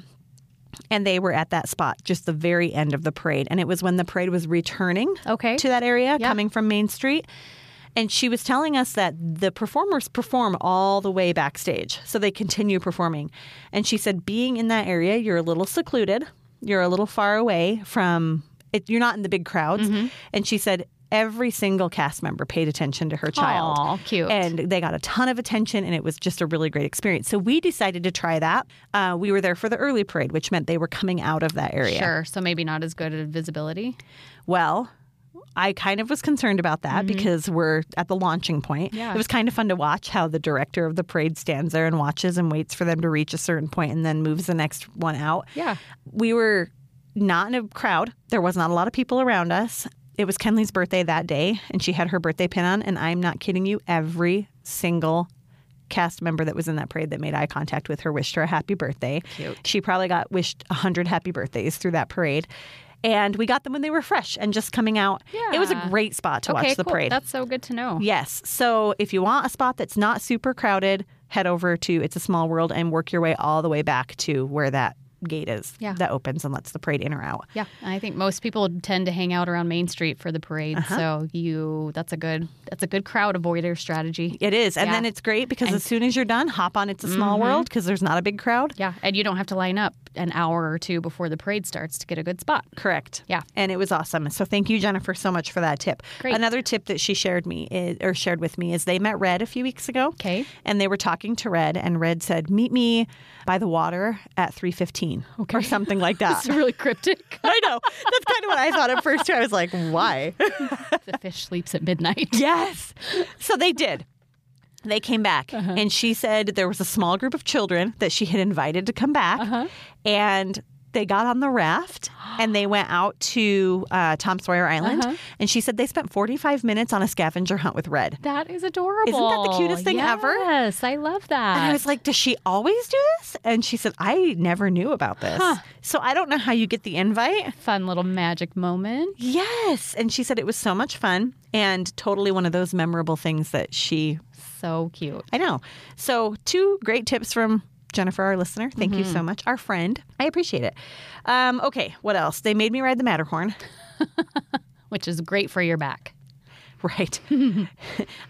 and they were at that spot, just the very end of the parade. And it was when the parade was returning Okay. to that area, Yeah. coming from Main Street. And she was telling us that the performers perform all the way backstage. So they continue performing. And she said, being in that area, you're a little secluded, you're a little far away from it, you're not in the big crowds. And she said, every single cast member paid attention to her child. Aw, cute. And they got a ton of attention, and it was just a really great experience. So we decided to try that. Uh, we were there for the early parade, which meant they were coming out of that area. Sure. So maybe not as good at visibility. Well, I kind of was concerned about that because we're at the launching point. Yeah. It was kind of fun to watch how the director of the parade stands there and watches and waits for them to reach a certain point and then moves the next one out. Yeah. We were not in a crowd. There was not a lot of people around us. It was Kenley's birthday that day and she had her birthday pin on and I'm not kidding you, every single cast member that was in that parade that made eye contact with her wished her a happy birthday. She probably got wished 100 happy birthdays through that parade. And we got them when they were fresh and just coming out. It was a Yeah. great spot to okay, watch the cool. parade. That's so good to know. Yes. So if you want a spot that's not super crowded, head over to It's a Small World and work your way all the way back to where that gate is Yeah. that opens and lets the parade in or out. Yeah, I think most people tend to hang out around Main Street for the parade, Uh-huh. so you that's a good that's a good crowd avoider strategy. It is. And Yeah. Mm-hmm. then it's great because as soon as you're done, hop on It's a Small World because there's not a big crowd. Yeah, and you don't have to line up an hour or two before the parade starts to get a good spot. *laughs* Correct. Yeah. And it was awesome. So thank you, Jennifer, so much for that tip. Great. Another tip that she shared me is, or shared with me is they met Red a few weeks ago. Okay. And they were talking to Red, and Red said, "Meet me by the water at 3:15 or something *laughs* like that." It's *laughs* really cryptic. I know. That's kind of what I thought at first too. I was like, "Why?" the fish sleeps at midnight. Yes. So they did. They came back, and she said there was a small group of children that she had invited to come back, and they got on the raft and they went out to uh, Tom Sawyer Island. And she said they spent 45 minutes on a scavenger hunt with Red. That is adorable. cutest thing yes, ever? Yes, I love that. And I was like, does she always do this? And she said, I never knew about this. So I don't know how you get the invite. fun little magic moment. Yes. And she said it was so much fun and totally one of those memorable things that she So cute. I know. So, two great tips from Jennifer, our listener. Thank you Mm-hmm. so much. Our friend. I appreciate it. Um, okay, what else? They made me ride the Matterhorn. *laughs* Which is great for your back. Right. *laughs*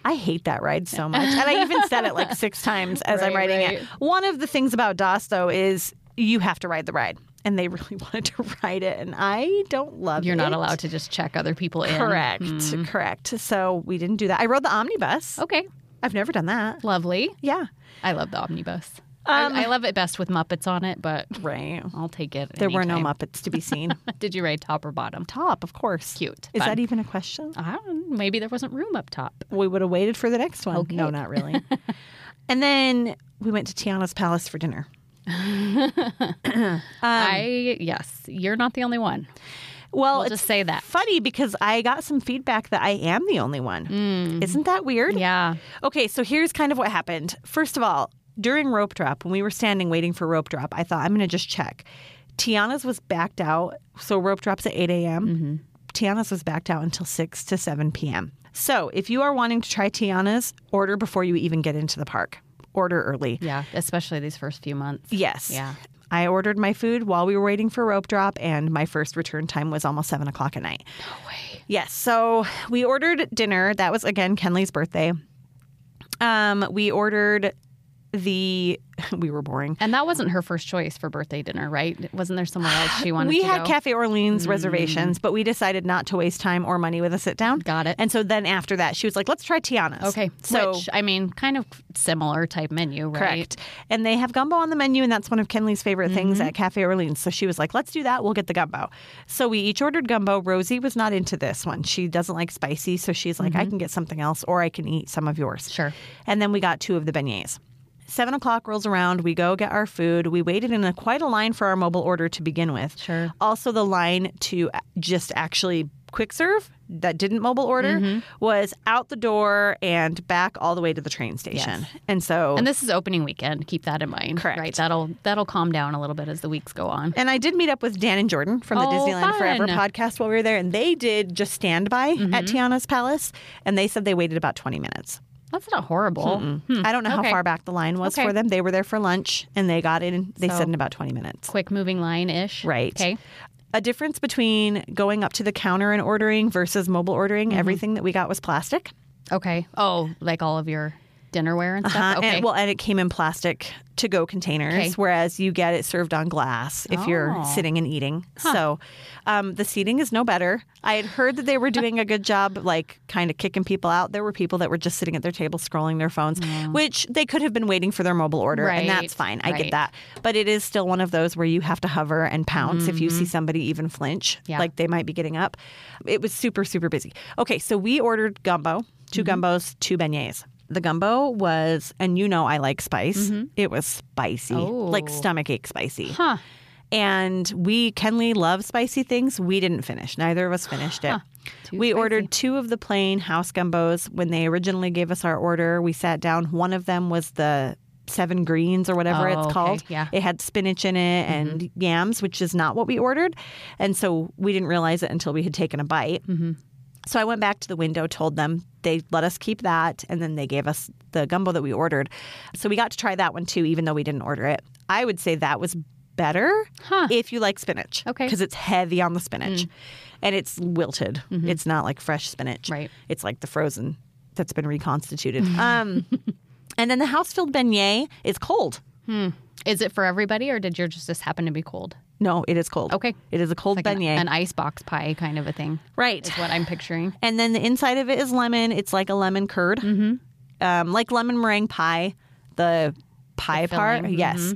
I hate that ride so much. And I even said it like six times as I'm Right, riding it. right. One of the things about DOS, though, is you have to ride the ride. And they *laughs* really wanted to ride it. And I don't love You're it. not allowed to Mm-hmm. just check other people in. Correct. Correct. So, we didn't do that. I rode the omnibus. Okay. I've never done that. Lovely. Yeah. I love the omnibus. Um, I, I love it best with Muppets on it, but *laughs* Right. I'll take it. There were no anytime. Muppets to be *laughs* seen. Did you write top or bottom? top, of course. Cute. Is Fun. that e- even a question? I don't know. Maybe there wasn't room up top. We would have waited for the next one. No, not really. *laughs* and then we went to Tiana's Palace for dinner. Um, I yes, you're not the only one. Well, We'll it's just *laughs* say that. funny because I got some feedback that I am the only one. Mm. Isn't that weird? Yeah. Okay, so here's kind of what happened. First of all, during rope drop, when we were standing waiting for rope drop, I thought I'm going to just check. Tiana's was backed out, so rope drops at 8 a.m. Tiana's was backed out until 6 to 7 p.m. So if you are wanting to try Tiana's, order before you even get into the park. Order early. Yeah, especially these first few months. Yes. Yeah. I ordered my food while we were waiting for rope drop, and my first return time was almost seven o'clock at night. No way. Yes. So we ordered dinner. That was again Kenley's birthday. Um, we ordered the. *laughs* We were boring. And that wasn't her first choice for birthday dinner, right? Wasn't there somewhere else *sighs* she wanted We to had go? Mm. Cafe Orleans reservations, but we decided not to waste time or money with a sit down. Got it. And so then after that, she was like, "Let's try Tiana's." Okay. So Which, I mean, kind of similar type menu, right? Mm-hmm. Correct. And they have gumbo on the menu, and that's one of Kenley's favorite things at Cafe Orleans. So she was like, let's do that. We'll get the gumbo. So we each ordered gumbo. Rosie was not into this one. She doesn't like spicy. So she's like, I can get something else, or I can eat some of yours. Mm-hmm. Sure. And then we got two of the beignets. Seven o'clock rolls around. We go get our food. We waited in a, quite a line for our mobile order to begin with. Sure. Also, the line to just actually quick serve that didn't mobile order Mm-hmm. was out the door and back all the way to the train station. And so And this is opening weekend. Keep that in mind. Correct. Right. That'll that'll calm down a little bit as the weeks go on. And I did meet up with Dan and Jordan from the Oh, Disneyland Forever fun. Mm-hmm. podcast while we were there, and they did just standby at Tiana's Palace, and they said they waited about 20 minutes. That's not horrible. I don't know how Hmm. Okay. far back the line was Okay. for them. They were there for lunch, and they got in, they So- said in about 20 minutes. Quick moving line ish. Right. Okay. A difference between going up to the counter and Mm-hmm. ordering versus mobile ordering, everything that we got was plastic. Okay. Oh, like all of your dinnerware and stuff? Uh-huh. Okay. And, well, and it came in plastic to go containers, Okay. Oh. whereas you get it served on glass if you're sitting and eating. So um, the seating is no better. I had heard that they were doing a good job, like kind of kicking people out. There were people that were just sitting at their table scrolling their phones, which they could have been waiting for their mobile order, and Mm. Right, that's fine. I right. get that. But it is still one of those where you have to hover and pounce if you see somebody even flinch, Mm-hmm. Yeah. like they might be getting up. It was super, super busy. Okay, so we ordered gumbo, 2 Mm-hmm. gumbos, two beignets. The gumbo was, and you know I like spice. It was spicy, like stomachache spicy. Mm-hmm. Oh. huh. And we, Kenley loves spicy things. We didn't finish. Neither of us finished it. Too We spicy. ordered two of the plain house gumbos. When they originally gave us our order, we sat down. One of them was the seven greens or whatever Oh, okay. it's called. Yeah. Mm-hmm. It had spinach in it and yams, which is not what we ordered. And so we didn't realize it until we had taken a bite. So I went back to the window, told them they let us keep that, and then they gave us the gumbo that we ordered. So we got to try that one too, even though we didn't order it. I would say that was better if you like spinach. Okay. Mm. Because it's heavy on the spinach and it's wilted. It's not like fresh spinach. Mm-hmm. Right. It's like the frozen that's been *laughs* reconstituted. um, and then the house filled beignet is cold. Is it for everybody, or did yours just this happen to be cold? No, it is cold. Okay. It is a cold Like an, beignet. an icebox pie kind of a thing. right. Is what I'm picturing. And then the inside of it is lemon. It's like a lemon curd, Mm-hmm. um, like lemon meringue pie. The pie part, filling, Mm-hmm. yes,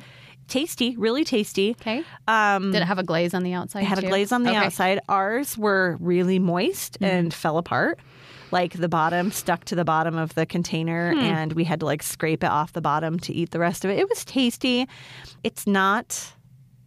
tasty, really tasty. Okay. Um, did it have a glaze on the outside? It had too? a glaze on the Okay. Mm-hmm. outside. Ours were really moist and fell apart. Like the bottom stuck to the bottom of the container, Hmm. and we had to like scrape it off the bottom to eat the rest of it. It was tasty. It's not.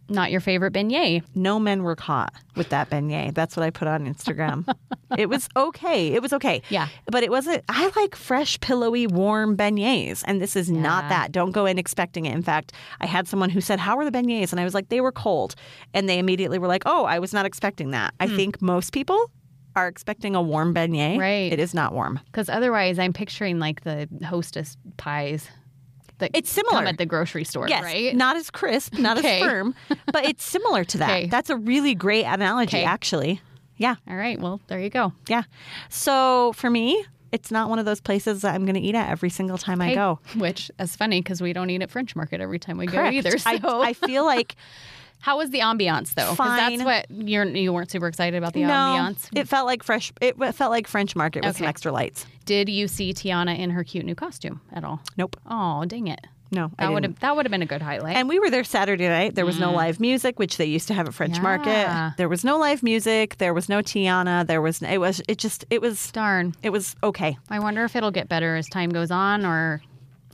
Not your favorite beignet. No men were caught with that beignet. That's what I put on *laughs* Instagram. it was okay. It was okay. Yeah. But it wasn't, I like fresh, pillowy, warm beignets. And this is not that. Don't go in expecting it. In fact, I had someone who said, How are the beignets? And I was like, They were cold. And they immediately were like, Oh, I was not expecting that. Hmm. I think most people are expecting a warm beignet. Right. It is not warm. Because otherwise, I'm picturing like the hostess pies that It's come similar. at the grocery store, Yes, right? not as crisp, not Okay. as firm, but it's similar to that. *laughs* Okay. That's a really great analogy, Okay. actually. Yeah. All right. Well, there you go. Yeah. So for me, it's not one of those places that I'm going to eat at every single time I Hey, go. Which is funny because we don't eat at French Market every time we Correct. go either. *laughs* So, I, I feel like how was the ambiance though? Because that's Fine. what you're you weren't super excited about the no, ambiance. it felt like fresh. It felt like French market with some Okay. extra lights. Did you see Tiana in her cute new costume at all? Nope. Oh, dang it! No, I That would didn't. have that would have been a good highlight. And we were there Saturday night. There was no live music, which they used to have at French Yeah. Market. There was no live music. There was no Tiana. There was it was it just it was Darn. it was okay. I wonder if it'll get better as time goes on, or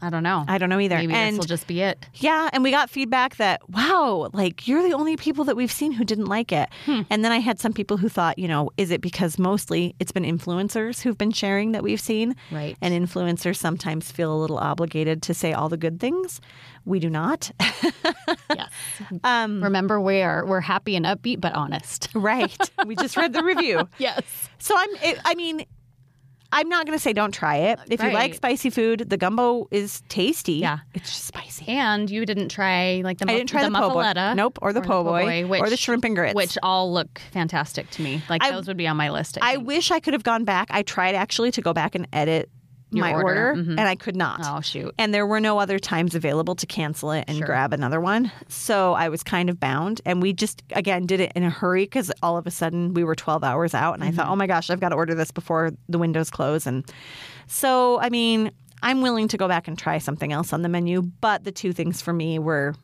I don't know. I don't know either. Maybe this and will just be *laughs* it. Yeah, and we got feedback that wow, like you're the only people that we've seen who didn't like it. Hmm. And then I had some people who thought, you know, is it because mostly it's been influencers who've been sharing that we've seen? Right. And influencers sometimes feel a little obligated to say all the good things. We do not. Yes. Um, Remember, we are we're happy and upbeat, but honest. *laughs* right. We just read the *laughs* review. Yes. So I'm it, I mean I'm not going to say don't try it. If you like Right. spicy food, the gumbo is tasty. Yeah. It's just spicy. And you didn't try like the I didn't try the, po' boy. muffaletta. Nope, or the po' boy, which, or the shrimp and grits. which all look fantastic to me. Like I- those would be on my list. I, I think. wish I could have gone back. I tried actually to go back and edit my order, order, and I could not. Oh shoot. And there were no other times available to cancel it and grab another one. So I was kind of bound. And we just, again, did it in a hurry because all of a sudden we were 12 hours out. And Mm-hmm. I thought, oh my gosh, I've got to order this before the windows close. And so, I mean, I'm willing to go back and try something else on the menu. But the two things for me were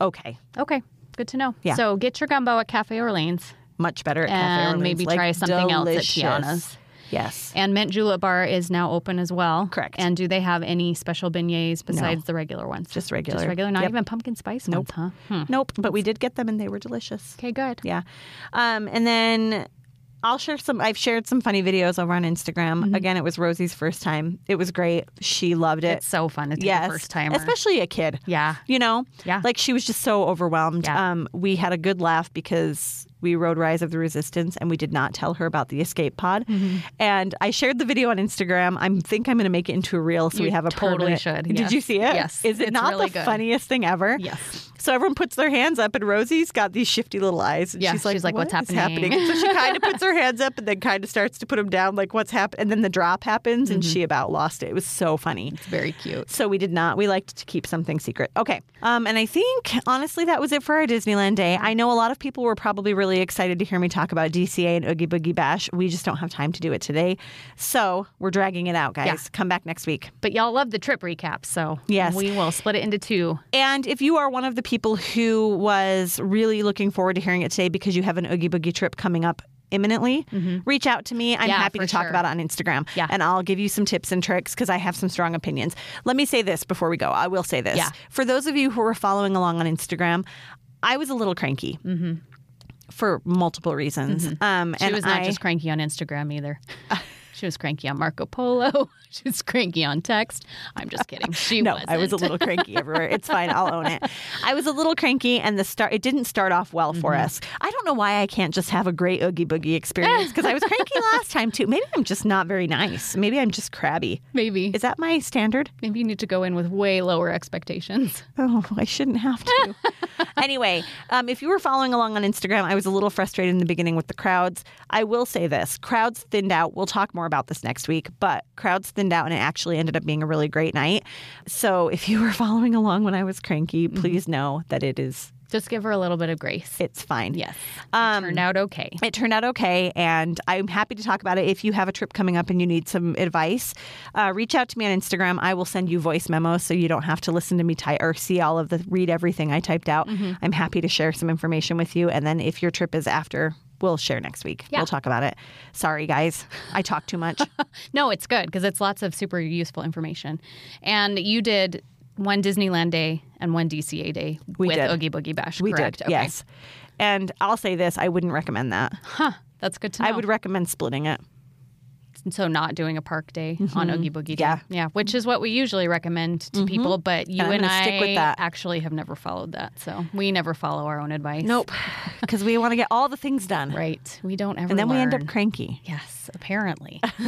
okay, Okay. Good to know. Yeah. So get your gumbo at Cafe Orleans much better at Cafe and Orleans. maybe Like, try something delicious. else at Tiana's. Yes. And Mint Julep Bar is now open as well. Correct. And do they have any special beignets besides the regular ones? Just regular. Just regular. Not Yep. even pumpkin spice ones, huh? Hmm. Nope, but we did get them and they were delicious. Okay, good. Yeah. Um, and then I'll share some, I've shared some funny videos over on Instagram. Mm-hmm. Again, it was Rosie's first time. It was great. She loved it. It's so fun to take yes. a first timer. Especially a kid. Yeah. You know? Yeah. Like she was just so overwhelmed. Yeah. Um, we had a good laugh because we rode Rise of the Resistance and we did not tell her about the escape pod. Mm-hmm. And I shared the video on Instagram. I think I'm going to make it into a reel so You we have a totally permanent- should, Did yes. you see it? Yes. Is it It's not really the good. funniest thing ever? *laughs* Yes. So everyone puts their hands up, and Rosie's got these shifty little eyes. And Yeah, she's like, she's like, "What "What's is happening?" happening?" so she *laughs* kind of puts her hands up and then kind of starts to put them down, like, what's happening? And then the drop happens, Mm-hmm. and she about lost it. It was so funny. It's very cute. So we did not. We liked to keep something secret. Okay. Um, and I think, honestly, that was it for our Disneyland day. I know a lot of people were probably really excited to hear me talk about DCA and Oogie Boogie Bash. We just don't have time to do it today. So we're dragging it out, guys. Yeah. Come back next week. But y'all love the trip recap, so Yes. we will split it into two. And if you are one of the people who was really looking forward to hearing it today because you have an Oogie Boogie trip coming up imminently, reach out to me. I'm Mm-hmm. Yeah, happy to for talk sure. about it on Instagram. Yeah. And I'll give you some tips and tricks because I have some strong opinions. Let me say this before we go. I will say this. Yeah. For those of you who were following along on Instagram, I was a little cranky. For multiple reasons, um, Mm-hmm. She and was not I, just cranky on Instagram *laughs* either. she was cranky on Marco Polo. *laughs* she was cranky on text. I'm just kidding. *laughs* She no, wasn't. I was a little cranky everywhere. It's fine. I'll own it. I was a little cranky, and the start it didn't start off well for us. I don't know why I can't just have a great oogie boogie experience because I was cranky last time too. Maybe I'm just not very nice. Maybe I'm just crabby. Maybe. Is that my standard? Maybe you need to go in with way lower expectations. Oh, *laughs* I shouldn't have to. anyway, um, if you were following along on Instagram, I was a little frustrated in the beginning with the crowds. I will say this crowds thinned out. We'll talk more about this next week, but crowds thinned out, and it actually ended up being a really great night. So if you were *laughs* following along when I was cranky, please know that it is. Just give her a little bit of grace. It's fine. yes. Um, it turned out okay. It turned out okay, and I'm happy to talk about it. If you have a trip coming up and you need some advice, uh, reach out to me on Instagram. I will send you voice memos so you don't have to listen to me type or see all of the read everything I typed out. Mm-hmm. I'm happy to share some information with you, and then if your trip is after, we'll share next week. Yeah. We'll talk about it. Sorry, guys, I talk too *laughs* much. No, it's good because it's lots of super useful information. And you did one Disneyland day and one DCA day We with did. Oogie Boogie Bash. we correct? did, yes. And I'll say this: I wouldn't recommend that. That's good to know. I would recommend splitting it. so not doing a park day on Oogie Boogie Mm-hmm. Yeah. Mm-hmm. Day. Yeah, which is what we usually recommend to people, but you I'm and, gonna I stick with that. actually have never followed that. So we never follow our own advice. *laughs* because we want to get all the things done, *laughs* Right. We don't ever and then we end up learn. cranky. Yes, *laughs* apparently. *laughs*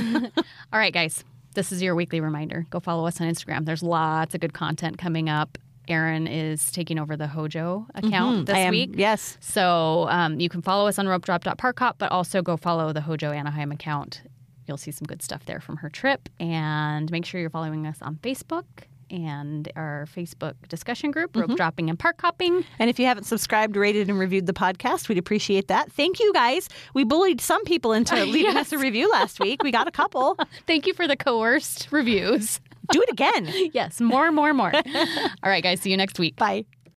All right, guys. This is your weekly reminder. Go follow us on Instagram. There's lots of good content coming up. Erin is taking over the Hojo account this Mm-hmm. I am- week. yes. So um, you can follow us on ropedrop.parkhop, but also go follow the Hojo Anaheim account. You'll see some good stuff there from her trip. And make sure you're following us on Facebook and our Facebook discussion group, Mm-hmm. Rope Dropping and Park Hopping. And if you haven't subscribed, rated, and reviewed the podcast, we'd appreciate that. Thank you guys. We bullied some people into leaving us a review last week. We got a couple. Thank you for the coerced reviews. *laughs* Do it again. *laughs* *laughs* yes, more, more, more. All right, guys. See you next week. Bye.